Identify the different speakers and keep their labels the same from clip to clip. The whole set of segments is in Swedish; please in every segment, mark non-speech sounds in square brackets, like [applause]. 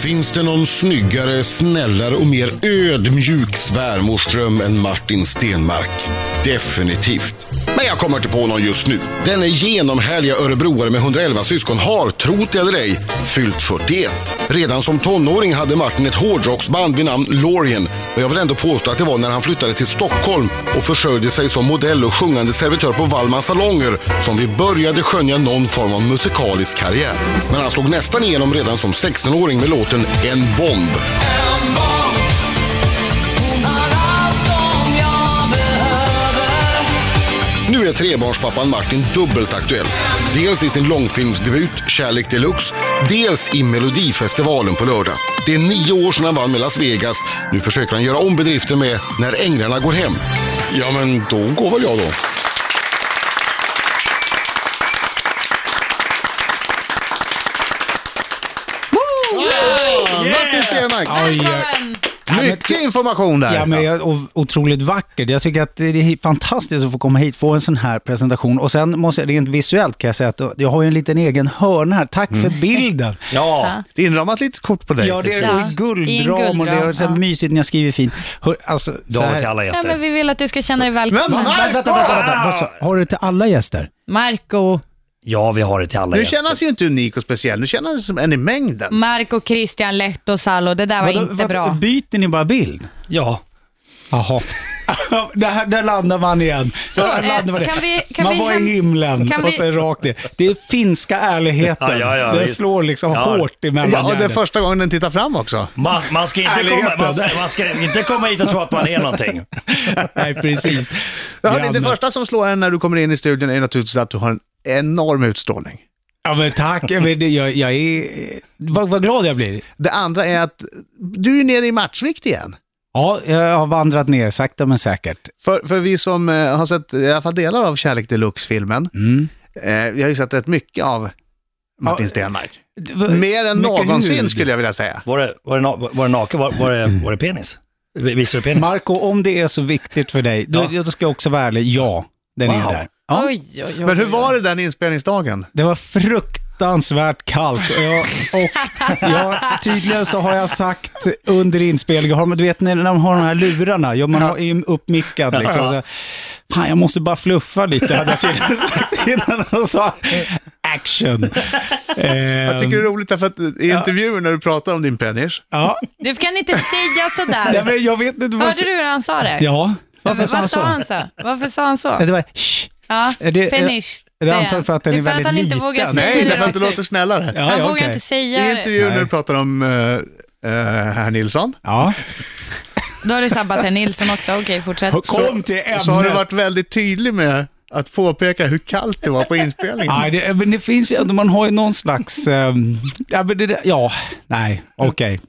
Speaker 1: Finns det någon snyggare, snällare och mer ödmjuk svärmorsdröm än Martin Stenmark? Definitivt. Men jag kommer inte på någon just nu. Denne genomhärliga örebroare med 111 syskon har, trot eller ej, fyllt 41. Redan som tonåring hade Martin ett hårdrocksband vid namn Lorien och jag vill ändå påstå att det var när han flyttade till Stockholm och försörjde sig som modell och sjungande servitör på Wallmans salonger som vi började skönja någon form av musikalisk karriär. Men han slog nästan igenom redan som 16-åring med låten En bomb. Nu är trebarnspappan Martin dubbelt aktuell. Dels i sin långfilmsdebut Kärlek Deluxe, dels i Melodifestivalen på lördag. Det är nio år sedan han vann med Las Vegas. Nu försöker han göra om bedriften med När änglarna går hem. Ja, men då går väl jag då.
Speaker 2: Ja, Martin Stenmark.
Speaker 3: Oj, oj.
Speaker 2: Mycket information där.
Speaker 3: Ja, men jag, och, otroligt vackert. Jag tycker att det är fantastiskt att få komma hit, få en sån här presentation. Och sen måste jag, rent visuellt kan jag säga att jag har ju en liten egen hörna här. Tack för [laughs] bilden.
Speaker 4: Ja,
Speaker 2: Det är inramat litet kort på dig.
Speaker 3: Mm. Ja, det
Speaker 5: Precis.
Speaker 3: är
Speaker 5: I en
Speaker 3: guldram och det
Speaker 5: guldram,
Speaker 3: är så här
Speaker 5: ja.
Speaker 3: mysigt när jag skriver fint. Hör, alltså, så
Speaker 4: damer
Speaker 3: här.
Speaker 4: till alla
Speaker 5: Ja, men
Speaker 4: gäster.
Speaker 5: vi vill att du ska känna dig välkommen.
Speaker 2: Men Marco!
Speaker 3: Vänta, vänta, vänta. vänta. Vad sa- Har du till alla gäster?
Speaker 5: Marco,
Speaker 4: Ja, vi har det till alla
Speaker 2: Nu
Speaker 4: gäster.
Speaker 2: känner han sig ju inte unik och speciell. Nu känner han sig som en i mängden.
Speaker 3: Mm.
Speaker 5: Marco, Christian, Lehto, Salo. Det där var
Speaker 3: Vadå,
Speaker 5: inte
Speaker 3: vadå,
Speaker 5: bra.
Speaker 3: Byter ni bara [laughs] bild?
Speaker 4: Ja.
Speaker 3: Jaha. där, där landar man igen.
Speaker 5: Så,
Speaker 3: där
Speaker 5: eh,
Speaker 3: landar man igen.
Speaker 5: kan vi- kan
Speaker 3: man
Speaker 5: vi
Speaker 3: var
Speaker 5: hem-
Speaker 3: i himlen
Speaker 5: kan
Speaker 3: och
Speaker 5: vi-
Speaker 3: sen rakt ner. Det är
Speaker 5: [laughs]
Speaker 3: finska ärligheten.
Speaker 4: Ja, ja, ja,
Speaker 3: det
Speaker 4: visst.
Speaker 3: slår liksom
Speaker 4: Ja.
Speaker 3: hårt emellan
Speaker 2: Ja, och det är
Speaker 3: hjärnan.
Speaker 2: första gången den tittar fram också.
Speaker 4: Man, man, ska inte komma,
Speaker 3: Ärligheten.
Speaker 4: man, ska, man ska inte komma hit och tro att man är någonting.
Speaker 3: Nej, [laughs] precis.
Speaker 2: Jag hörde, det
Speaker 3: Grannar.
Speaker 2: första som slår en när du kommer in i studion är naturligtvis att du har en enorm utstrålning.
Speaker 3: Ja, men tack. Jag, men det- jag, jag är... Vad, vad glad jag blir.
Speaker 2: Det andra är att du är ju nere i matchvikt igen.
Speaker 3: Ja, jag har vandrat ner sakta men säkert.
Speaker 2: För, för vi som eh, har sett i alla fall delar av Kärlek Deluxe-filmen, eh, vi har ju sett rätt mycket av Martin
Speaker 3: Mm. Ja. eh,
Speaker 2: Stenmark. Mer än
Speaker 3: Mycket
Speaker 2: någonsin
Speaker 3: hud.
Speaker 2: skulle jag vilja säga.
Speaker 4: Var det, var det, na- var det naken? Var, var, det, var det penis? Vi- Visar du penis?
Speaker 3: Marco, om det är så viktigt för dig, då, då ska jag också vara ärlig. Ja, den
Speaker 4: Wow.
Speaker 3: är där. Ja.
Speaker 5: Oj, oj, oj.
Speaker 2: Men hur var det den inspelningsdagen?
Speaker 3: Det var fruktansvärt kallt och, jag, och jag, tydligen så har jag sagt under inspelningen, har de- du vet när de har de här lurarna, ja, man har- är ju uppmickad liksom. Så, fan, jag måste bara fluffa lite, hade jag tydligen sagt innan de sa action. Ehm,
Speaker 2: Jag tycker det är roligt därför att eh, i intervjuer när du pratar om din penis,
Speaker 3: ja,
Speaker 5: Du kan inte säga
Speaker 3: [laughs] nej,
Speaker 5: sådär.
Speaker 3: men jag vet inte vad...
Speaker 5: Hörde du hur han sa det?
Speaker 3: Ja, varför
Speaker 5: Men
Speaker 3: sa han
Speaker 5: Vad sa
Speaker 3: så?
Speaker 5: han så? Varför sa han så?
Speaker 3: Ja, Det var shh.
Speaker 5: Ja,
Speaker 3: Är det-
Speaker 5: finish.
Speaker 3: är det antagligen för att den
Speaker 5: Det
Speaker 3: är
Speaker 5: för att
Speaker 3: väldigt
Speaker 5: han inte
Speaker 3: liten?
Speaker 5: vågar
Speaker 3: Nej,
Speaker 5: säga
Speaker 2: Nej,
Speaker 5: det
Speaker 2: därför
Speaker 5: rakt
Speaker 2: att det låter snällare.
Speaker 3: Ja,
Speaker 5: Han
Speaker 3: ja,
Speaker 5: vågar
Speaker 3: okej.
Speaker 5: inte
Speaker 2: I
Speaker 5: säga det.
Speaker 2: intervjuer när du pratar om eh, eh, herr Nilsson,
Speaker 3: Ja.
Speaker 5: Då har du sabbat herr Nilsson också. Okej, fortsätt.
Speaker 3: Kom till ämnet.
Speaker 2: så har du varit väldigt tydlig med att påpeka hur kallt det var på inspelningen.
Speaker 3: Nej, det, men det finns ju ändå, man har ju någon slags... ehm, ja, men det, där- ja, nej, okej.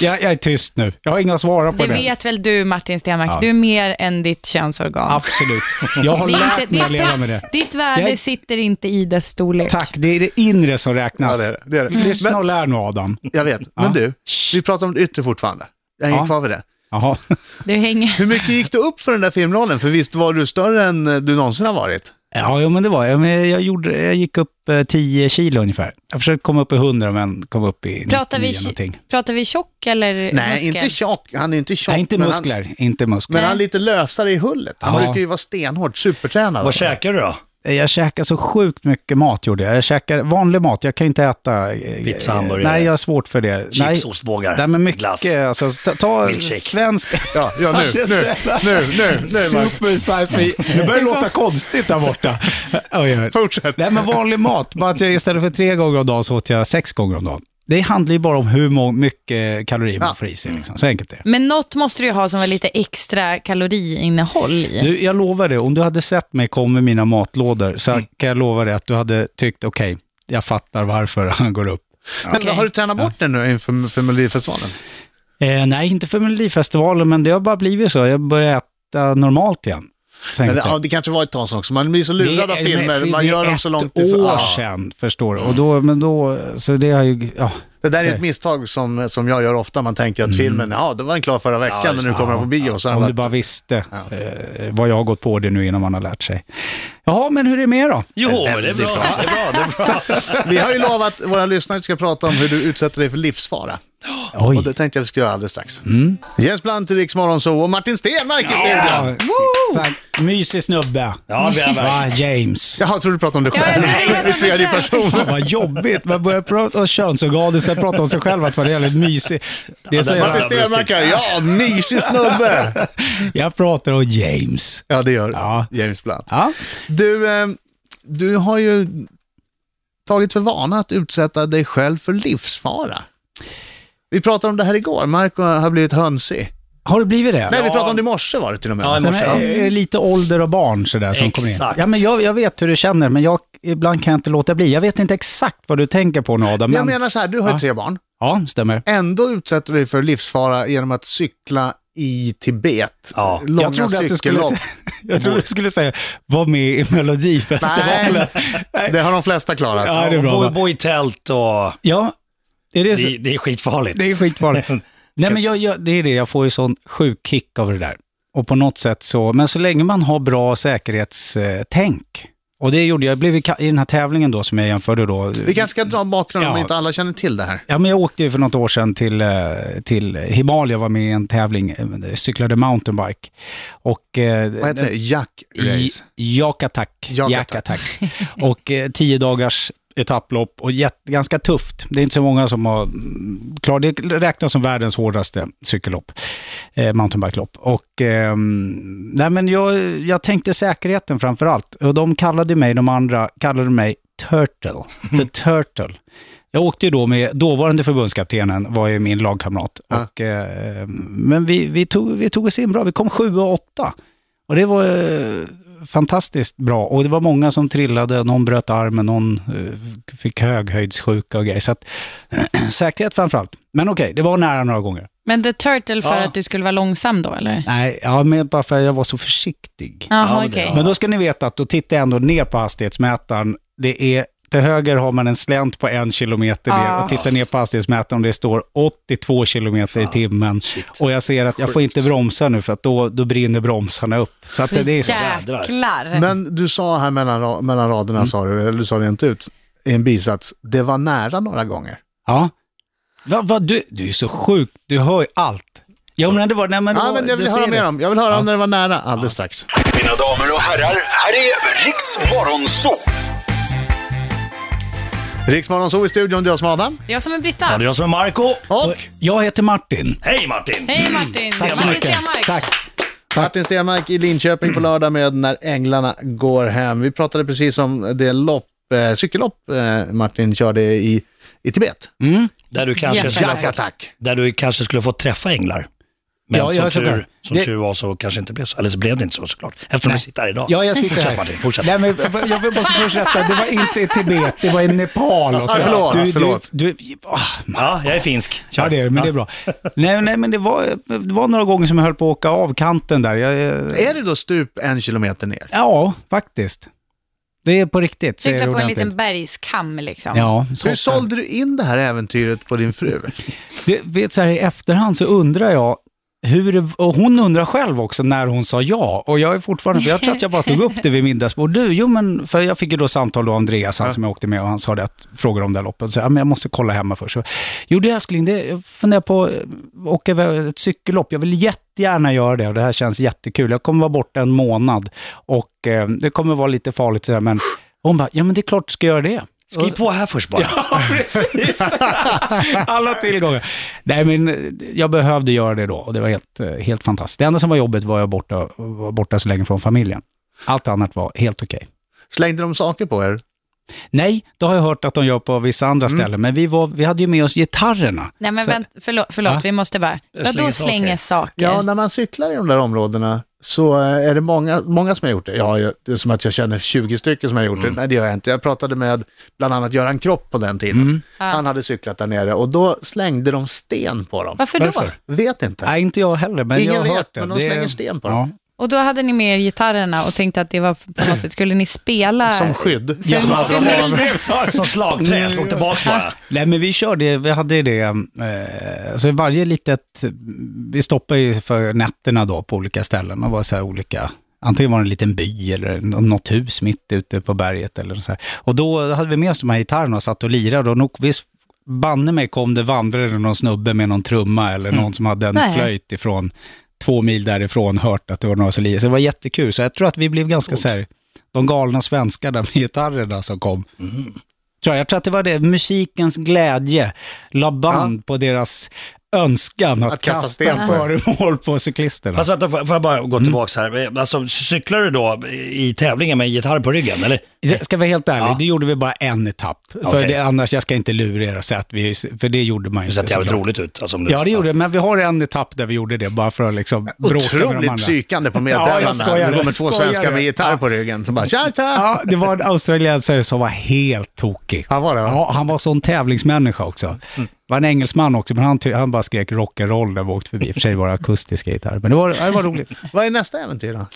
Speaker 3: Jag, jag är tyst nu. Jag har inga att svara på
Speaker 5: Det
Speaker 3: det.
Speaker 5: vet väl du Martin Stenmarck,
Speaker 3: Ja.
Speaker 5: du är mer än ditt könsorgan.
Speaker 3: Absolut. Jag har
Speaker 5: Det är inte-
Speaker 3: lärt mig att
Speaker 5: ditt-
Speaker 3: leva med det.
Speaker 5: Ditt värde
Speaker 3: Jag-
Speaker 5: sitter inte i dess storlek.
Speaker 3: Tack, det är det inre som
Speaker 2: Ja,
Speaker 3: räknas.
Speaker 2: det är det. det, är det.
Speaker 3: Lyssna och lär nu Adam.
Speaker 2: Jag vet, men du, vi pratar om det yttre fortfarande. Jag hänger
Speaker 3: Ja.
Speaker 2: kvar vid det.
Speaker 3: Jaha.
Speaker 5: Du hänger...
Speaker 2: Hur mycket gick du upp för den där filmrollen? För visst var du större än eh, du någonsin har varit?
Speaker 3: Ja, jo, men det var jag. Men Jag, gjorde, jag gick upp eh, 10 kilo ungefär. Jag försökte komma upp i 100 men kom upp i 99
Speaker 5: Pratar vi,
Speaker 3: någonting.
Speaker 5: pratar vi tjock eller
Speaker 2: Nej,
Speaker 5: muskel?
Speaker 2: inte tjock. Han är inte tjock.
Speaker 3: Nej, inte
Speaker 2: men
Speaker 3: muskler. inte
Speaker 2: Han, men
Speaker 3: muskler.
Speaker 2: han är lite lösare i hullet. Han
Speaker 3: Ja.
Speaker 2: brukar ju vara stenhårt supertränad.
Speaker 4: Vad käkar du då?
Speaker 3: Eh, Jag käkar så sjukt mycket mat gjorde jag. Jag käkar vanlig mat, jag kan inte äta... eh,
Speaker 4: Pizza, hamburgare.
Speaker 3: Nej, jag har svårt för det. Nej.
Speaker 4: Chips, ostbågar,
Speaker 3: Nej, men mycket.
Speaker 4: glass.
Speaker 3: Alltså, ta, ta
Speaker 4: Milkshake.
Speaker 3: svensk...
Speaker 2: Ja, ja nu, nu, nu, [laughs] nu, nu. Mark.
Speaker 3: Super size me. Det börjar låta konstigt där borta. [laughs] Oj, oj.
Speaker 2: Fortsätt.
Speaker 3: Nej, men vanlig mat. Bara att jag istället för tre gånger om dagen så åt jag sex gånger om dagen. Det handlar ju bara om hur må- mycket kalorier man
Speaker 2: Ja.
Speaker 3: får i sig. Liksom. Så enkelt är det.
Speaker 5: Men något måste du ju ha som är lite extra kaloriinnehåll i.
Speaker 3: Du, jag lovar dig, om du hade sett mig komma med mina matlådor så
Speaker 2: Mm.
Speaker 3: kan jag lova dig att du hade tyckt, okej, jag fattar varför [laughs] han går upp.
Speaker 2: Men
Speaker 5: Okej.
Speaker 2: har du tränat bort den nu inför för Melodifestivalen?
Speaker 3: Eh, nej, inte för Melodifestivalen, men det har bara blivit så. Jag börjar äta normalt igen. Så
Speaker 2: Men,
Speaker 3: enkelt
Speaker 2: det-
Speaker 3: är det.
Speaker 2: ja, det kanske var ett tag sedan också. Man blir så lurad av
Speaker 3: Det är-
Speaker 2: filmer.
Speaker 3: men
Speaker 2: Man
Speaker 3: det är
Speaker 2: gör dem
Speaker 3: ett
Speaker 2: så långt
Speaker 3: år
Speaker 2: ifrån. Ja. Mm.
Speaker 3: sedan, förstår du. Och då, men då, så det har ju, ja.
Speaker 2: Det där är ett misstag som, som jag gör ofta. Man tänker
Speaker 3: Mm.
Speaker 2: att filmen, ja, det var den klar förra veckan,
Speaker 4: Ja,
Speaker 2: men
Speaker 4: just
Speaker 2: nu kommer den på bio. Så har den
Speaker 3: Om du
Speaker 2: varit-
Speaker 3: bara visste eh, vad jag har gått på det nu innan man har lärt sig. Jaha, men hur är det med er då?
Speaker 4: Jo, Eh, det är bra. Det är bra, det är bra.
Speaker 2: Vi har ju lovat våra lyssnare att vi ska prata om hur du utsätter dig för livsfara.
Speaker 3: Oj. Mm.
Speaker 2: Och det tänkte jag vi skulle göra alldeles strax. Jens Blant i Riks Morgonzoo och Martin Stenmark i studion.
Speaker 3: Ja, tack. Mysig snubbe.
Speaker 4: Ja, det är han
Speaker 3: Va, James.
Speaker 2: Jaha, jag trodde du pratade om dig
Speaker 5: Ja, jag
Speaker 2: själv.
Speaker 5: tänkte prata om
Speaker 2: I tredje
Speaker 5: mig själv.
Speaker 2: person.
Speaker 3: Fan vad jobbigt. Man börjar prata om könsorgan och sen prata om sig själv att man är jävligt mysig. Det är så
Speaker 4: Ja,
Speaker 3: jävla,
Speaker 2: Martin Stenmark här. Ja, mysig snubbe.
Speaker 3: jag pratar om James.
Speaker 2: Ja, det gör
Speaker 3: Ja.
Speaker 2: James Blunt.
Speaker 3: Ja.
Speaker 2: Du, eh, du har ju tagit för vana att utsätta dig själv för livsfara. Vi pratade om det här igår. Marco har blivit hönsig.
Speaker 3: Har det blivit det?
Speaker 2: Nej, vi
Speaker 4: Ja.
Speaker 2: pratade om det i morse var det till och med.
Speaker 4: Ja, i
Speaker 3: Nej,
Speaker 4: morse.
Speaker 3: men är det lite ålder och barn sådär som kommer in?
Speaker 4: Exakt.
Speaker 3: Ja, men jag, jag vet hur du känner, men jag, ibland kan jag inte låta bli. Jag vet inte exakt vad du tänker på nu Adam.
Speaker 2: Jag
Speaker 3: Men,
Speaker 2: menar så här, du har ju
Speaker 3: Ja.
Speaker 2: tre barn.
Speaker 3: ja, stämmer.
Speaker 2: Ändå utsätter du dig för livsfara genom att cykla i Tibet.
Speaker 4: Ja.
Speaker 2: Långa
Speaker 3: jag trodde, att du skulle,
Speaker 2: cykellopp.
Speaker 3: säga- [laughs] jag trodde du skulle säga, var med i Melodifestivalen.
Speaker 2: Nej, det har de flesta klarat.
Speaker 3: Ja, det är bra.
Speaker 4: Bo,
Speaker 3: va?
Speaker 4: bo i tält och...
Speaker 3: Ja, är det, så?
Speaker 4: Det, det är
Speaker 3: [laughs]
Speaker 4: skitfarligt.
Speaker 3: Det är skitfarligt. Nej, men jag, jag, det är det, jag får ju sån sjuk kick av det där. Och på något sätt så, men så länge man har bra säkerhetstänk. Och det gjorde jag, jag blev i, ka- i den här tävlingen då som jag jämförde då.
Speaker 2: Vi kanske ska dra bakgrunden om
Speaker 3: Ja.
Speaker 2: inte alla känner till det här.
Speaker 3: Ja, men jag åkte ju för något år sedan till, eh, till Himalaya, var med i en tävling, eh, cyklade mountainbike. Och, eh,
Speaker 2: Vad heter det? Jack Race.
Speaker 3: Jakatak.
Speaker 2: Jakatak.
Speaker 3: Jakatak. och eh, tio dagars etapplopp och jätt, ganska tufft. Det är inte så många som har mm, klarat det. räknas som världens hårdaste cykellopp, eh, mountainbikelopp. Och, eh, nej men jag, jag tänkte säkerheten framför allt. Och de kallade mig, de andra kallade mig Turtle,
Speaker 2: [laughs]
Speaker 3: the Turtle. Jag åkte ju då med dåvarande förbundskaptenen, var ju min lagkamrat.
Speaker 2: Ja.
Speaker 3: Och, eh, men vi, vi, tog, vi tog oss in bra, vi kom sju och åtta. Och det var eh, fantastiskt bra. Och det var många som trillade, någon bröt armen, någon eh, fick höghöjdssjuka och grejer. Så att, [clears throat] säkerhet framför allt. Men okej, det var nära några gånger.
Speaker 5: Men The Turtle för
Speaker 4: Ja.
Speaker 5: att du skulle vara långsam då, eller?
Speaker 3: Nej, ja, men bara för att jag var så försiktig.
Speaker 5: Jaha,
Speaker 4: men det-
Speaker 5: okej.
Speaker 3: Men då ska ni veta att då tittar jag ändå ner på hastighetsmätaren. Det är, till höger har man en slänt på en kilometer ner
Speaker 2: Ah.
Speaker 5: Ja.
Speaker 3: och tittar ner på hastighetsmätaren och det står 82 kilometer i timmen. Och jag ser att jag får inte bromsa nu för att då, då brinner bromsarna upp. Så att det, det är så. Eh.
Speaker 5: Jäklar.
Speaker 2: Men du sa här mellan, ra- mellan raderna,
Speaker 3: Mm.
Speaker 2: sa du, eller du sa det inte ut, i en bisats, det var nära några gånger.
Speaker 3: Ja. Va, va, du, du är så sjuk, du hör ju allt. Ja, men det var... Nej, men det
Speaker 2: Ja,
Speaker 3: var-
Speaker 2: men jag
Speaker 3: du
Speaker 2: vill höra
Speaker 3: ser
Speaker 2: mer
Speaker 3: det.
Speaker 2: om, jag vill höra om när det var nära alldeles strax.
Speaker 6: Mina damer och herrar, här är Riks Morgonzoo!
Speaker 2: Riksmorgon så i studion, det är jag som är Adam.
Speaker 5: Jag som är
Speaker 4: Ja,
Speaker 5: Britta.
Speaker 4: det är jag som är Marco.
Speaker 2: Och
Speaker 3: Jag heter Martin.
Speaker 4: Hej Martin!
Speaker 5: Hej Martin.
Speaker 3: Tack så
Speaker 5: Martin
Speaker 3: mycket.
Speaker 5: Stenmark.
Speaker 3: Tack.
Speaker 2: Martin Stenmark i Linköping på lördag med När Änglarna Går Hem. Vi pratade precis om det lopp, eh, cykellopp eh, Martin körde i, i Tibet.
Speaker 3: Mm.
Speaker 4: Där, du kanske
Speaker 5: Yes.
Speaker 4: skulle, ha
Speaker 2: Jack
Speaker 4: fått-
Speaker 2: Attack.
Speaker 4: där du kanske skulle ha fått träffa änglar. Men
Speaker 3: Ja,
Speaker 4: som,
Speaker 3: jag tror
Speaker 4: tur,
Speaker 3: det.
Speaker 4: som
Speaker 3: Det-
Speaker 4: tur var så kanske inte blev så. Eller så blev det inte så såklart. Eftersom du sitter här idag.
Speaker 3: Ja, jag sitter
Speaker 4: fortsätt,
Speaker 3: här.
Speaker 4: Martin, fortsätt.
Speaker 3: Nej, men jag- jag vill bara fortsätta. Det var inte i Tibet, det var i Nepal. Och
Speaker 2: Ja, förlåt,
Speaker 3: du,
Speaker 2: förlåt.
Speaker 3: Du, du, ah,
Speaker 4: Ja, jag är finsk. Kör.
Speaker 3: ja, det är det, men det är bra. Nej, nej men det var, det var några gånger som jag höll på att åka av kanten där. Jag, eh,
Speaker 2: Är det då stup en kilometer ner?
Speaker 3: ja, faktiskt. Det är på riktigt. så är
Speaker 5: Cykla
Speaker 3: det
Speaker 5: på en
Speaker 3: ordentligt.
Speaker 5: liten bergskam liksom.
Speaker 3: Ja,
Speaker 2: Hur
Speaker 3: så-
Speaker 2: sålde du in det här äventyret på din fru?
Speaker 3: Det, vet, så här, I efterhand så undrar jag hur, det- och hon undrar själv också när hon sa ja. Och jag är fortfarande, för jag tror att jag bara tog upp det vid middagsbord. Du, jo men, för jag fick ju då samtal av Andreas, han som jag åkte med, och han sa det att, frågade om det här loppet. Så, ja, men jag måste kolla hemma först. Så, jo du älskling, det, jag funderar på att åka iväg ett cykellopp. Jag vill jättegärna göra det och det här känns jättekul. Jag kommer vara borta en månad och eh, det kommer vara lite farligt så här, men hon bara, ja men det är klart du ska göra det.
Speaker 4: Skriv på här först bara.
Speaker 3: Ja,
Speaker 4: [laughs]
Speaker 3: precis. [laughs] Alla tillgångar. Nej, men eh, jag behövde göra det då och det var helt, eh, helt fantastiskt. Det enda som var jobbigt var jag borta, var borta så länge från familjen. Allt annat var helt okej.
Speaker 2: Slängde de saker på er?
Speaker 3: Nej, det har jag hört att de gör på vissa andra
Speaker 2: Mm.
Speaker 3: ställen, men vi, var, vi hade ju med oss gitarrerna.
Speaker 5: Nej men
Speaker 3: Så-
Speaker 5: vänt, förlåt, förlåt
Speaker 3: Ja.
Speaker 5: vi måste bara... Vadå
Speaker 4: Slänger
Speaker 5: slänger saker?
Speaker 2: Ja, när man cyklar i de där områdena så eh, är det många, många som har gjort det. Ja, jag, det är som att jag känner 20 stycken som har gjort det. Nej, det gör jag inte. Jag pratade med bland annat Göran Kropp på den tiden. Han hade cyklat där nere och då slängde de sten på dem.
Speaker 5: Varför, då?
Speaker 3: Varför?
Speaker 2: Vet inte.
Speaker 3: Nej, inte jag heller, men jag
Speaker 2: Ingen
Speaker 3: har
Speaker 2: vet,
Speaker 3: hört det.
Speaker 2: men de
Speaker 3: Det-
Speaker 2: slänger sten på
Speaker 3: ja.
Speaker 2: dem.
Speaker 5: Och då hade ni med er gitarrerna och tänkte att det var på något sätt, skulle ni spela?
Speaker 2: Som skydd.
Speaker 5: Ja.
Speaker 2: Som hade de av-
Speaker 4: Som slagträ, jag slog tillbaks bara.
Speaker 3: Nej, men vi körde, vi hade det, eh, alltså varje litet, vi stoppade ju för nätterna då på olika ställen. Det var så här olika, antingen var det en liten by eller något hus mitt ute på berget eller så här. Och då hade vi med oss de här gitarrerna och satt och lirade och nog, visst banne mig kom det vandrade någon snubbe med någon trumma eller någon som hade en
Speaker 5: Nej.
Speaker 3: flöjt ifrån två mil därifrån hört att det var några som lirade. Så det var jättekul. Så jag tror att vi blev ganska så här, de galna svenskarna med gitarrerna som kom. Tror jag. jag tror att det var det, musikens glädje la band på deras önskan att,
Speaker 2: Att kasta
Speaker 3: kasta,
Speaker 2: sten på er.
Speaker 3: föremål på cyklisterna.
Speaker 4: Fast vänta, får får jag bara gå tillbaka här. Alltså, cyklar du då i tävlingen med en gitarr på ryggen, eller?
Speaker 3: Jag ska vara helt ärlig,
Speaker 4: Ja.
Speaker 3: det gjorde vi bara en etapp. För
Speaker 4: Okej.
Speaker 3: det, annars, jag ska inte lura er och säga att vi, för det gjorde man ju
Speaker 4: Det ser
Speaker 3: inte.
Speaker 4: jävligt
Speaker 3: såklart.
Speaker 4: roligt ut. Alltså, om du,
Speaker 3: Ja, det gjorde det, men vi har en etapp där vi gjorde det bara för att liksom bråka med de
Speaker 2: Otroligt
Speaker 3: andra.
Speaker 2: psykande på
Speaker 3: Ja, jag
Speaker 2: medtävlarna.
Speaker 3: skojar.
Speaker 2: det kommer två
Speaker 3: Skojar.
Speaker 2: svenskar med gitarr på ryggen som bara tja tja.
Speaker 3: Ja, det var en australiensare som var helt tokig.
Speaker 2: Han var det, va? Mm.
Speaker 3: Ja, han var sån tävlingsmänniska också. Det var en engelsman också, men han, ty- han bara skrek rock'n'roll när vi åkte förbi. I och för sig var det akustiska gitarrer, men det var, ja, det var roligt.
Speaker 2: Vad är nästa äventyr då?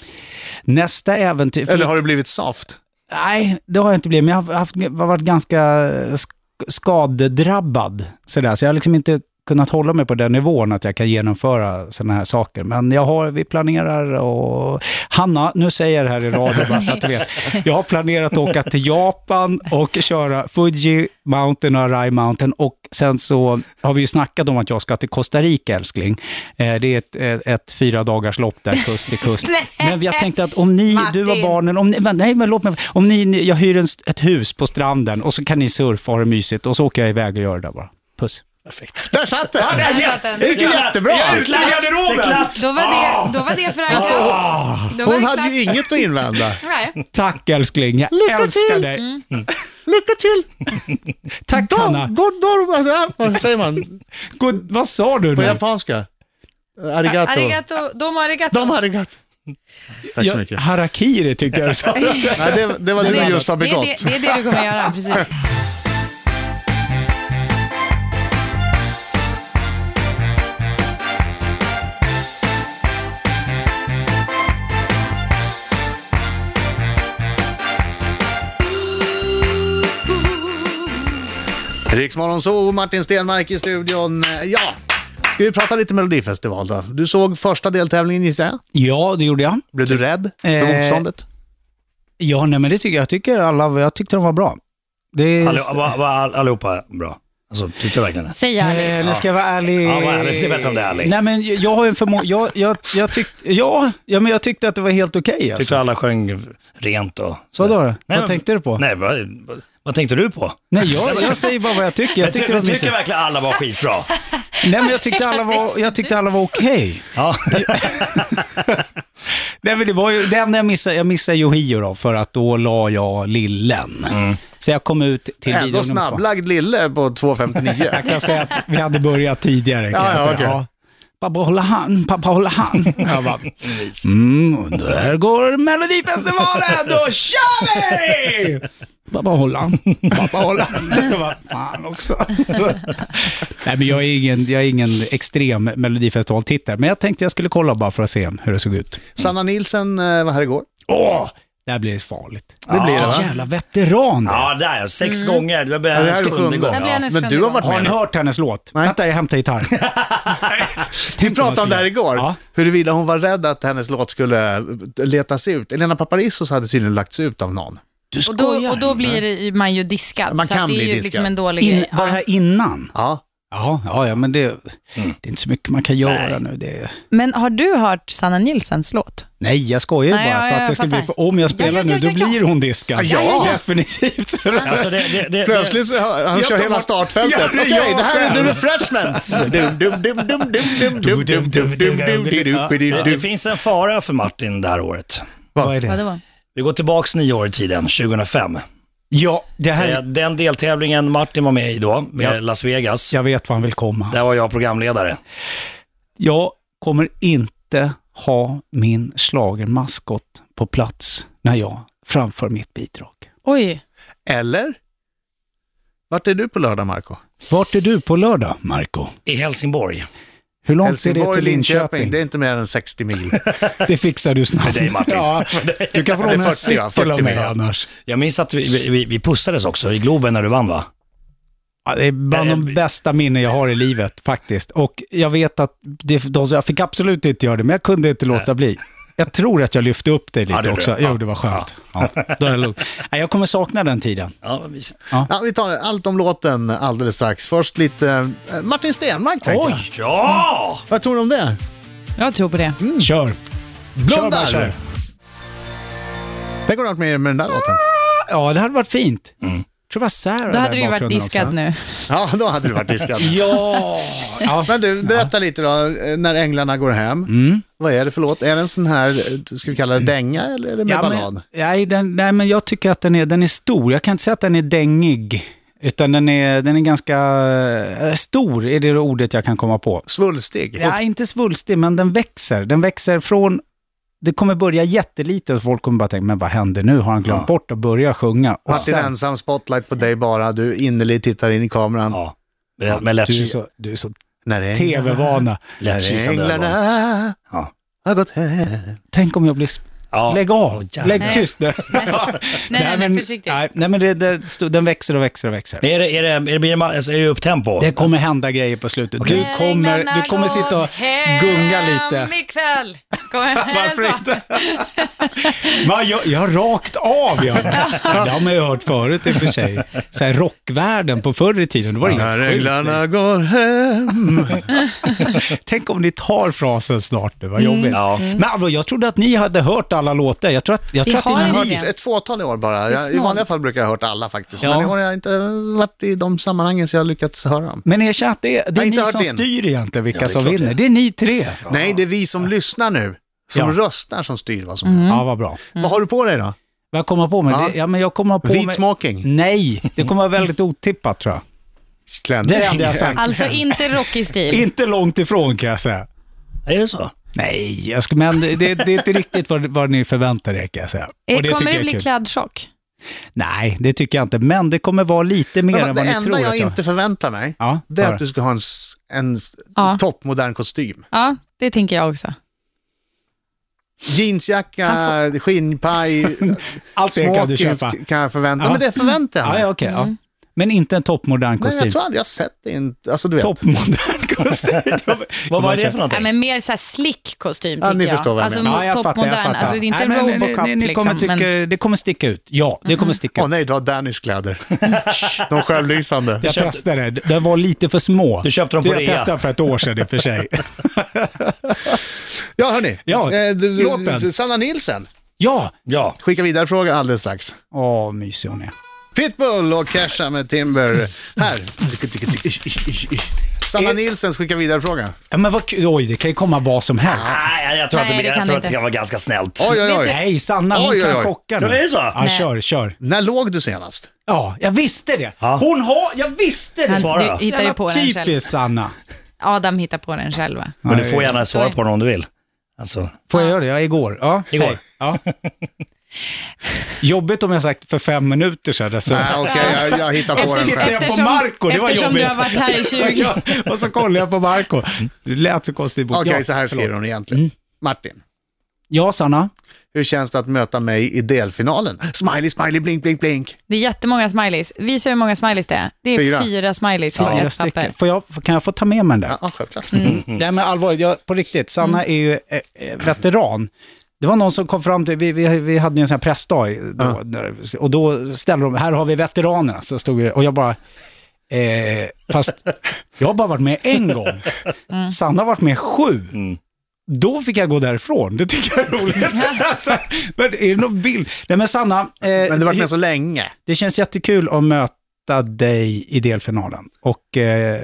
Speaker 3: Nästa äventyr...
Speaker 2: Eller har du blivit soft?
Speaker 3: Nej, det har jag inte blivit, men jag har haft, har varit ganska eh, sk- skadedrabbad. Sådär. Så jag har liksom inte kunnat hålla mig på den nivån att jag kan genomföra sådana här saker. Men jag har, vi planerar och... Hanna, nu säger jag det här i radio bara så att du vet. Jag har planerat att åka till Japan och köra Fuji Mountain och Arai Mountain och sen så har vi ju snackat om att jag ska till Costa Rica älskling. Eh, Det är ett, ett, ett fyra dagars lopp där kust till kust. Men jag tänkte att om ni, du och
Speaker 5: Martin.
Speaker 3: barn barnen, om ni, vänta, nej, men låt mig, om ni- ni, jag hyr en, st- ett hus på stranden och så kan ni surfa och ha det mysigt och så åker jag iväg och gör det där bara. Puss.
Speaker 4: Perfekt.
Speaker 2: Där satt den!
Speaker 5: där
Speaker 2: Yes!
Speaker 5: satt den.
Speaker 2: Det gick ju jättebra!
Speaker 4: Utlagd i garderoben! Det är klart!
Speaker 5: Då var
Speaker 3: Ah!
Speaker 5: det, då var det för alltså, då var
Speaker 2: Hon
Speaker 5: det
Speaker 2: hade
Speaker 5: klart.
Speaker 2: ju inget
Speaker 5: [laughs]
Speaker 2: att invända.
Speaker 5: Nej.
Speaker 3: Tack älskling, jag
Speaker 2: Lycka
Speaker 3: älskar
Speaker 2: till. Mm.
Speaker 3: dig.
Speaker 2: Lycka till!
Speaker 3: Tack
Speaker 2: Dom,
Speaker 3: Hanna.
Speaker 2: god dom, vad säger man
Speaker 3: God, vad sa du
Speaker 2: på
Speaker 3: nu?
Speaker 2: japanska? Arigato.
Speaker 5: Arigato, dom arigato.
Speaker 2: Dom arigato. Tack så
Speaker 3: Jag,
Speaker 2: mycket.
Speaker 3: harakiri tyckte jag
Speaker 2: [laughs]
Speaker 3: du sa.
Speaker 2: Nej, det, det var du just har
Speaker 5: det, är
Speaker 2: begått.
Speaker 5: det, det är det du kommer göra, precis.
Speaker 2: Riksmorgon så Martin Stenmark i studion. Ja, ska vi prata lite Melodifestival då? Du såg första deltävlingen gissar jag.
Speaker 3: Ja, det gjorde jag.
Speaker 2: Blev du rädd för
Speaker 3: Eh,
Speaker 2: motståndet?
Speaker 3: Ja, nej men det tycker jag. Jag tycker alla, jag tyckte de var bra. Det är,
Speaker 4: Alli, var, var all- allihopa bra? Alltså, tyckte du verkligen
Speaker 5: [laughs]
Speaker 4: det?
Speaker 5: Säg ärligt.
Speaker 3: Eh, nu ska jag vara ärlig.
Speaker 4: Ja, var ärlig. Det är bättre om du är ärlig.
Speaker 3: Nej, men jag- jag har ju en förmåga. Jag, jag, jag tyckte, ja, ja, men jag tyckte att det var helt okej. alltså.
Speaker 4: Tyckte alla sjöng rent och...
Speaker 3: Så då? Vad
Speaker 4: men-
Speaker 3: tänkte du på?
Speaker 4: Nej, vad, vad, vad tänkte du på?
Speaker 3: Nej, jag, jag säger bara vad jag tycker. Jag
Speaker 4: Jag
Speaker 3: tyckte,
Speaker 4: tyckte
Speaker 3: det var
Speaker 4: du tycker
Speaker 3: mysigt.
Speaker 4: verkligen alla var skitbra?
Speaker 3: Nej, men jag tyckte alla var, jag tyckte alla var okej.
Speaker 4: Ja.
Speaker 3: [laughs] Nej, men det var ju, det enda jag missade, jag missade Yohio då, för att då la jag lillen. Så jag kom ut till video
Speaker 2: Ändå
Speaker 3: nummer två.
Speaker 2: snabblagd lille på 2.59.
Speaker 3: Jag kan säga att vi hade börjat tidigare. Kan
Speaker 2: Ja,
Speaker 3: jag
Speaker 2: ja,
Speaker 3: säga.
Speaker 2: okej.
Speaker 3: Pappa håller hand, pappa
Speaker 2: [laughs]
Speaker 3: håller hand. Jag
Speaker 4: [laughs]
Speaker 3: bara, mm, och där går Melodifestivalen, då kör vi! Pappa håller hand, pappa håller hand. Jag bara, fan också. [laughs] Nej, men jag är ingen, jag är ingen extrem Melodifestival-tittare, men jag tänkte jag skulle kolla bara för att se hur det såg ut.
Speaker 2: Sanna Nilsen eh, var här igår.
Speaker 3: Åh, det här blir farligt.
Speaker 2: Det blir det
Speaker 3: Vilken
Speaker 2: va?
Speaker 3: jävla veteran det är.
Speaker 4: ja, där ja. Sex gånger. Det var
Speaker 2: Ja, det här är
Speaker 4: sjunde
Speaker 2: sjunde.
Speaker 4: gången,
Speaker 5: Där blir
Speaker 4: ja.
Speaker 5: jag nästan
Speaker 2: Men du har
Speaker 5: igång.
Speaker 2: varit
Speaker 3: Har ni
Speaker 2: med.
Speaker 3: hört hennes låt? Vänta, jag hämtar gitarr.
Speaker 2: [laughs] Vi pratade om det här igår,
Speaker 3: Ja.
Speaker 2: huruvida hon var rädd att hennes låt skulle eh, letas ut. Elena Paparizos hade tydligen lagts ut av någon.
Speaker 3: Du
Speaker 5: Och då, och då blir ju- man ju diskad.
Speaker 2: Man
Speaker 5: så
Speaker 2: kan
Speaker 5: att det
Speaker 2: bli
Speaker 5: är ju
Speaker 2: diskad.
Speaker 5: liksom en dålig
Speaker 3: In,
Speaker 5: grej.
Speaker 3: var det
Speaker 5: Ja.
Speaker 3: här innan?
Speaker 2: Ja,
Speaker 3: Ja, ja, ja men det,
Speaker 2: Mm.
Speaker 3: det är inte så mycket man kan göra nu. Det,
Speaker 5: Men har du hört Sanna Nilsens låt?
Speaker 3: nej, jag skojar ju
Speaker 5: Nej,
Speaker 3: bara
Speaker 5: ja,
Speaker 3: för
Speaker 5: ja,
Speaker 3: att det ska
Speaker 5: jag
Speaker 3: bli,
Speaker 5: fattar.
Speaker 3: för om jag spelar
Speaker 5: Ja, ja, ja,
Speaker 3: nu, då
Speaker 5: ja, ja.
Speaker 3: blir hon diskad.
Speaker 2: Ja, ja, ja.
Speaker 3: Definitivt.
Speaker 4: Alltså, det, det, det,
Speaker 2: Plötsligt så hör- han
Speaker 3: Jag
Speaker 2: kör
Speaker 3: tar
Speaker 2: hela
Speaker 3: bort-
Speaker 2: startfältet.
Speaker 3: Ja,
Speaker 2: Okej,
Speaker 3: jag
Speaker 2: det här är The
Speaker 3: själv.
Speaker 2: Refreshments.
Speaker 4: [laughs]
Speaker 2: Dum, dum, dum, dum, dum, dum, dum, dum, dum, dum, dum,
Speaker 4: det,
Speaker 2: dum,
Speaker 4: det, det
Speaker 2: dum.
Speaker 4: finns en fara för Martin det här året.
Speaker 3: Vad är det?
Speaker 5: Vadå?
Speaker 4: Vi går tillbaks nio år i tiden, 2005.
Speaker 3: Ja, det här,
Speaker 4: Eh, Den deltävlingen Martin var med i då, med
Speaker 3: Ja.
Speaker 4: Las Vegas.
Speaker 3: jag vet var han vill komma.
Speaker 4: Där var jag programledare.
Speaker 3: Jag kommer inte ha min schlagermaskot på plats när jag framför mitt bidrag.
Speaker 5: Oj.
Speaker 2: Eller? Vart är du på lördag, Marco?
Speaker 3: Vart är du på lördag, Marco?
Speaker 4: I Helsingborg.
Speaker 3: Hur långt är det
Speaker 2: Helsingborg,
Speaker 3: till
Speaker 2: Linköping.
Speaker 3: Linköping?
Speaker 2: Det är inte mer än 60 mil.
Speaker 3: Det fixar du snabbt.
Speaker 4: För dig, Martin.
Speaker 3: Ja, du kan få
Speaker 2: Det är
Speaker 3: låna en
Speaker 2: 40, ja,
Speaker 3: cykel
Speaker 2: 40
Speaker 3: av mig
Speaker 2: mil.
Speaker 3: annars.
Speaker 4: Jag minns att vi, vi- vi, vi pussades också i Globen när du vann va?
Speaker 3: Ja, det är bland de bästa minnen jag har i livet faktiskt. Och jag vet att det, de, jag fick absolut inte göra det, men jag kunde inte låta bli. jag tror att jag lyfte upp dig
Speaker 4: Ja,
Speaker 3: lite
Speaker 4: det gjorde
Speaker 3: också.
Speaker 4: du.
Speaker 3: Jo, det var skönt. Ja. Då är det lugnt. Nej, jag kommer sakna den tiden.
Speaker 4: Ja, vad mysigt.
Speaker 2: Ja, vi tar allt om låten alldeles strax. Först lite eh, Martin Stenmark tänkte jag.
Speaker 4: Oj! Ja!
Speaker 2: Vad tror du om det?
Speaker 5: Jag tror på det.
Speaker 3: Kör! Kör bara,
Speaker 2: Blundar!
Speaker 3: kör.
Speaker 2: Tänk om du har varit med med den där låten.
Speaker 3: Ja, det hade varit fint. Jag tror det var Sarah
Speaker 5: Då
Speaker 3: där
Speaker 5: hade du
Speaker 3: i
Speaker 5: ju varit
Speaker 3: bakgrunden
Speaker 5: diskad
Speaker 3: också.
Speaker 5: nu.
Speaker 2: Ja, då hade du varit diskad.
Speaker 3: [laughs] Ja! ja. Mm.
Speaker 2: Men du, berätta lite då, eh, När änglarna går hem. Vad är det för låt? Är det en sån här, eh, ska vi kalla det dänga eller är det med ballad?
Speaker 3: Men, nej, den, nej, men jag tycker att den är, den är stor. Jag kan inte säga att den är dängig. Utan den är, den är ganska eh, stor, är det ordet jag kan komma på.
Speaker 2: Svulstig?
Speaker 3: Nej, inte svulstig, men den växer. Den växer från... Det kommer börja jättelitet och folk kommer bara tänka, men vad händer nu? Har han glömt bort att börja sjunga? Och
Speaker 2: Martin
Speaker 3: sen-
Speaker 2: ensam, spotlight på dig bara. Du innerligt tittar in i kameran.
Speaker 4: Ja. Med, med lätt,
Speaker 3: du, är så, du är så
Speaker 2: När änglarna-
Speaker 3: tv-vana.
Speaker 2: när
Speaker 4: lättkissande ögon.
Speaker 2: änglarna
Speaker 4: Ja.
Speaker 2: har gått hem.
Speaker 3: Tänk om jag blir... sp-
Speaker 4: Ja.
Speaker 3: Lägg
Speaker 4: Åh,
Speaker 3: av!
Speaker 4: jävlar.
Speaker 3: Lägg tyst
Speaker 4: [laughs]
Speaker 3: nu.
Speaker 5: nej, nej,
Speaker 3: men,
Speaker 5: försiktigt.
Speaker 3: nej, nej, men det, det, sto- den växer och växer och växer.
Speaker 4: Men är det, är det, är det, blir det, ma- alltså, är det upptempo?
Speaker 3: Det kommer hända grejer på slutet. Du kommer, du kommer sitta och gunga lite.
Speaker 5: ikväll. Kommer,
Speaker 3: [laughs] Varför
Speaker 4: [laughs]
Speaker 3: inte? Man, jag, jag rakt av jag. Det har man ju hört förut i och för sig. Så här, rockvärlden på förr i tiden, då var det
Speaker 2: När
Speaker 3: inget sjukt.
Speaker 2: änglarna går hem.
Speaker 3: Tänk om ni tar frasen snart nu, vad jobbigt.
Speaker 4: Mm. Ja.
Speaker 3: Men alltså, jag trodde att ni hade hört alla låtar. Jag tror att, jag
Speaker 5: Vi
Speaker 3: tror att ni
Speaker 5: har
Speaker 3: har
Speaker 5: en
Speaker 3: hört...
Speaker 5: idé.
Speaker 2: Ett, ett fåtal i år bara. Jag, I
Speaker 5: snål.
Speaker 2: vanliga fall brukar jag ha hört alla faktiskt.
Speaker 3: Ja.
Speaker 2: Men i år har jag inte varit i de sammanhangen så jag har lyckats höra dem.
Speaker 3: Men erkänn att det, är- det
Speaker 2: har
Speaker 3: är
Speaker 2: inte
Speaker 3: ni
Speaker 2: hört
Speaker 3: som
Speaker 2: in.
Speaker 3: styr egentligen vilka
Speaker 4: Ja, det är
Speaker 3: som
Speaker 4: klart
Speaker 3: vinner.
Speaker 4: det.
Speaker 3: Det är ni tre.
Speaker 2: Nej, det är vi som lyssnar nu. Som
Speaker 3: Ja.
Speaker 2: röstar som styr vad som
Speaker 3: Ja, vad bra.
Speaker 2: Vad har du på dig då?
Speaker 3: Mm. Vad jag kommer på mig?
Speaker 2: Ja.
Speaker 3: Det, ja, men jag kommer på
Speaker 2: Vit
Speaker 3: mig... Mm.
Speaker 2: smoking?
Speaker 3: Nej, det kommer vara väldigt otippat tror jag.
Speaker 2: Klänning?
Speaker 3: Det är det enda jag har sagt.
Speaker 5: Alltså inte rockig stil.
Speaker 3: Inte långt ifrån kan jag säga.
Speaker 4: Är det så?
Speaker 3: Nej, jag ska, men det, det, det är inte riktigt vad, vad ni förväntar er kan jag säga.
Speaker 5: Eh,
Speaker 3: Och det
Speaker 5: Kommer
Speaker 3: tycker
Speaker 5: det
Speaker 3: jag är
Speaker 5: bli
Speaker 3: kul.
Speaker 5: klädchock?
Speaker 3: Nej, det tycker jag inte. Men det kommer vara lite mer
Speaker 2: Men
Speaker 3: än
Speaker 2: vad, det
Speaker 3: vad ni tror.
Speaker 2: enda jag
Speaker 3: att jag-
Speaker 2: inte förväntar mig,
Speaker 3: Ja,
Speaker 2: det är
Speaker 3: bara.
Speaker 2: att du ska ha en, s- en s-
Speaker 5: Ja.
Speaker 2: toppmodern kostym.
Speaker 5: Ja, det tänker jag också.
Speaker 2: Jeansjacka, skinnpaj,
Speaker 3: [laughs] Allt det kan du
Speaker 2: smokings
Speaker 3: köpa.
Speaker 2: kan jag förvänta
Speaker 3: Ja.
Speaker 2: mig. Men det förväntar jag
Speaker 3: Ja,
Speaker 2: mig.
Speaker 3: ja, okej.
Speaker 5: Mm.
Speaker 3: ja. Men inte en toppmodern
Speaker 2: Men
Speaker 3: kostym.
Speaker 2: jag tror aldrig jag har sett det. in- Alltså du vet.
Speaker 3: Toppmodern [laughs]
Speaker 2: [laughs]
Speaker 3: kostym.
Speaker 4: Vad var det för
Speaker 5: Ja,
Speaker 4: någonting?
Speaker 5: men mer så här slick kostym,
Speaker 2: Ja,
Speaker 5: tycker
Speaker 2: ni förstår vad jag
Speaker 5: alltså,
Speaker 2: menar.
Speaker 5: mot toppmodern. Alltså, det är inte
Speaker 3: Nej, men ni-
Speaker 5: Robocop,
Speaker 3: ni, ni kommer
Speaker 5: liksom.
Speaker 3: tycka,
Speaker 5: men, Mm-hmm.
Speaker 3: Det kommer sticka ut. Ja, det kommer sticka
Speaker 2: Åh
Speaker 3: ut.
Speaker 2: nej, du har Dannys
Speaker 3: [laughs]
Speaker 2: kläder. De självlysande.
Speaker 3: Jag
Speaker 4: köpte-
Speaker 3: testade. De var lite för små.
Speaker 4: Du köpte dem på
Speaker 3: jag
Speaker 4: rea.
Speaker 3: testade för ett år sedan i och för [laughs] sig.
Speaker 2: Ja, hörni.
Speaker 3: Ja,
Speaker 2: Eh, du-
Speaker 3: låten.
Speaker 2: Sanna Nielsen.
Speaker 3: Ja!
Speaker 4: Ja.
Speaker 2: Skicka vidare fråga alldeles strax.
Speaker 3: Åh, vad mysig hon är.
Speaker 2: Pitbull och Kesha med Timber. Här. Sanna Nielsens skicka vidare fråga.
Speaker 3: Ja, men vad kul. Oj, det kan ju komma vad som helst.
Speaker 4: Nej, jag tror,
Speaker 5: Nej,
Speaker 4: att, det,
Speaker 5: det
Speaker 4: jag
Speaker 5: kan
Speaker 4: tror
Speaker 5: det
Speaker 4: att det
Speaker 5: inte.
Speaker 4: kan vara ganska snällt.
Speaker 2: Oj, oj, oj.
Speaker 3: Ah. Nej, Sanna hon
Speaker 2: Oj, oj,
Speaker 3: kan
Speaker 2: oj.
Speaker 3: chocka
Speaker 4: Tror du det är så?
Speaker 3: Ja,
Speaker 5: Nej.
Speaker 3: kör, kör.
Speaker 2: När låg du senast?
Speaker 3: Ja, jag visste det.
Speaker 4: Ja.
Speaker 3: Hon har... Jag visste det!
Speaker 5: Han-
Speaker 4: Svara då.
Speaker 5: du hittar ju
Speaker 3: Jävla
Speaker 5: på den själv.
Speaker 3: typiskt Sanna.
Speaker 5: Adam hittar på den själv, va?
Speaker 4: Men du får
Speaker 3: Nej.
Speaker 4: gärna svara på den om du vill. Alltså,
Speaker 3: Får jag göra det? Ja, igår. Ja,
Speaker 4: Igår.
Speaker 3: hej. Ja. Jobbigt om jag sagt för fem minuter sedan. Så.
Speaker 2: Nej, Ah, okej, jag, jag hittar på den
Speaker 3: Tittade
Speaker 2: själv.
Speaker 3: jag på Marco, det var
Speaker 5: eftersom
Speaker 3: jobbigt.
Speaker 5: du har varit här i 20
Speaker 3: [laughs] [laughs] Ja, och så kollade jag på Marco. Det lät så konstigt. i boken.
Speaker 2: Okej,
Speaker 3: ja,
Speaker 2: så här
Speaker 3: förlåt. Mm.
Speaker 2: skriver hon egentligen. Martin,
Speaker 3: Ja, Sanna.
Speaker 2: hur känns det att möta mig i delfinalen? Smiley, smiley, blink, blink, blink.
Speaker 5: Det är jättemånga smileys. Visa hur många smileys det är. Det är
Speaker 2: Fyra.
Speaker 5: fyra, smileys på
Speaker 3: Fyra
Speaker 5: ett
Speaker 3: stycken.
Speaker 5: papper.
Speaker 3: Får jag, kan jag få ta med mig den där?
Speaker 2: Ja, ja, självklart.
Speaker 3: Nej men allvarligt, jag, på riktigt, Sanna är ju eh, eh, veteran. Det var någon som kom fram till, vi, vi, vi hade ju en sån här pressdag i- då, när, och då ställde de, här har vi veteranerna, så stod det, och jag bara, eh, fast jag har bara varit med en [laughs] gång. Sanna har varit med sju. Då fick jag gå därifrån, det tycker jag är [laughs] roligt. alltså, men är det någon bild? Nej men Sanna, eh,
Speaker 2: Men du har varit med så länge.
Speaker 3: det känns jättekul att möta dig i delfinalen. Och eh,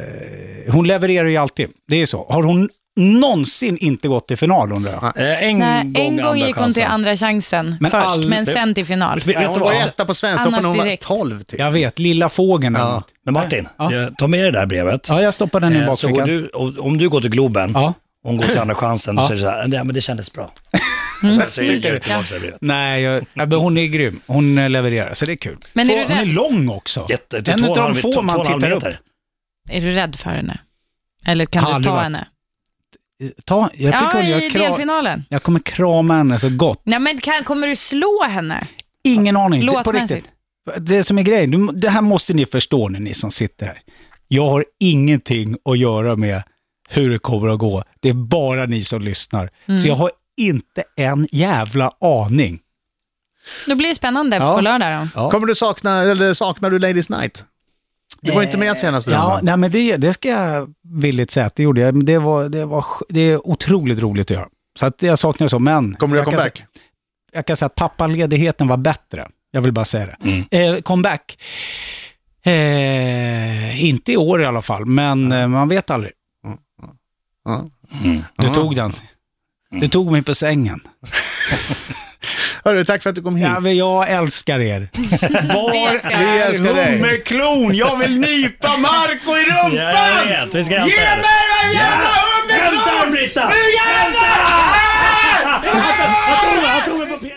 Speaker 3: hon levererar ju alltid. Det är ju så. Har hon någonsin inte gått till final undrar jag?
Speaker 4: eh, en,
Speaker 5: Nej, en gång
Speaker 4: andra
Speaker 5: gick hon till
Speaker 4: chansen.
Speaker 5: andra chansen
Speaker 3: Men
Speaker 5: först,
Speaker 3: all-
Speaker 5: men sen till final.
Speaker 4: Vet- vet
Speaker 2: Hon
Speaker 4: du
Speaker 2: var
Speaker 4: vad?
Speaker 2: etta på Svensktoppen när hon var
Speaker 5: direkt.
Speaker 2: 12 typ.
Speaker 3: Jag vet, lilla fågeln. Ja,
Speaker 4: Men Martin,
Speaker 3: Ja.
Speaker 4: eh, ta med det där brevet.
Speaker 3: ja jag stoppar den i
Speaker 4: Eh, Så går
Speaker 3: bakfickan.
Speaker 4: du, om om du går till Globen,
Speaker 3: Ja.
Speaker 4: hon går till andra chansen, då
Speaker 3: Ja.
Speaker 4: säger du så här, "Nej, men det kändes bra.
Speaker 5: Mm.
Speaker 4: Sen så ger du tillbaka det brevet.
Speaker 3: Nej, jag, ja, men hon är grym. Hon eh, levererar, så det är kul.
Speaker 5: Men är du
Speaker 3: Två- hon är
Speaker 5: rädd?
Speaker 3: lång också.
Speaker 4: Jätte, det är
Speaker 3: en av
Speaker 4: två och en
Speaker 3: de
Speaker 4: halv- två
Speaker 3: få man
Speaker 4: och en halv
Speaker 3: tittar upp.
Speaker 4: meter.
Speaker 5: Är du rädd för henne? Eller kan
Speaker 3: Aldrig
Speaker 5: du ta
Speaker 3: varit.
Speaker 5: henne?
Speaker 3: Ta, jag tycker
Speaker 5: Ja,
Speaker 3: hon gör
Speaker 5: i
Speaker 3: kram,
Speaker 5: delfinalen.
Speaker 3: jag kommer krama henne så gott.
Speaker 5: Nej, men kan, kommer du slå henne?
Speaker 3: Ingen aning. Det, på
Speaker 5: Låtmässigt.
Speaker 3: riktigt. Det som är grejen, du- det här måste ni förstå när ni som sitter här. Jag har ingenting att göra med hur det kommer att gå. Det är bara ni som lyssnar. Så jag har inte en jävla aning.
Speaker 5: Då blir det spännande
Speaker 3: Ja.
Speaker 5: på lördag då.
Speaker 3: Ja.
Speaker 2: Kommer du sakna, eller saknar du Ladies Night? Du var inte med senaste
Speaker 3: Eh, Ja,
Speaker 2: ja,
Speaker 3: nej, men det, det ska jag villigt säga att det gjorde jag. Men Det, var, det, var, sj- det är otroligt roligt att göra. Så att jag saknar det så, men...
Speaker 2: Kommer du
Speaker 3: jag
Speaker 2: göra
Speaker 3: kan
Speaker 2: comeback?
Speaker 3: jag kan säga att pappaledigheten var bättre. Jag vill bara säga det. Eh, comeback. Eh, inte i år i alla fall, men eh, man vet aldrig.
Speaker 2: Ja.
Speaker 3: Du tog den. Du tog mig på sängen.
Speaker 2: Hörru, tack för att du kom hit.
Speaker 3: Ja, men jag älskar er.
Speaker 5: Vi
Speaker 3: Var
Speaker 5: älskar er.
Speaker 2: Vi älskar dig.
Speaker 3: är hummerklon? Jag vill nypa Marco i rumpan!
Speaker 4: Ja, jag vet. Vi ska hämta
Speaker 3: Ge
Speaker 4: henne.
Speaker 3: mig en jävla hummerklon!
Speaker 4: Hämta den Britta!
Speaker 3: Nu jävlar!
Speaker 4: Jag tror- jag tror vi är på P-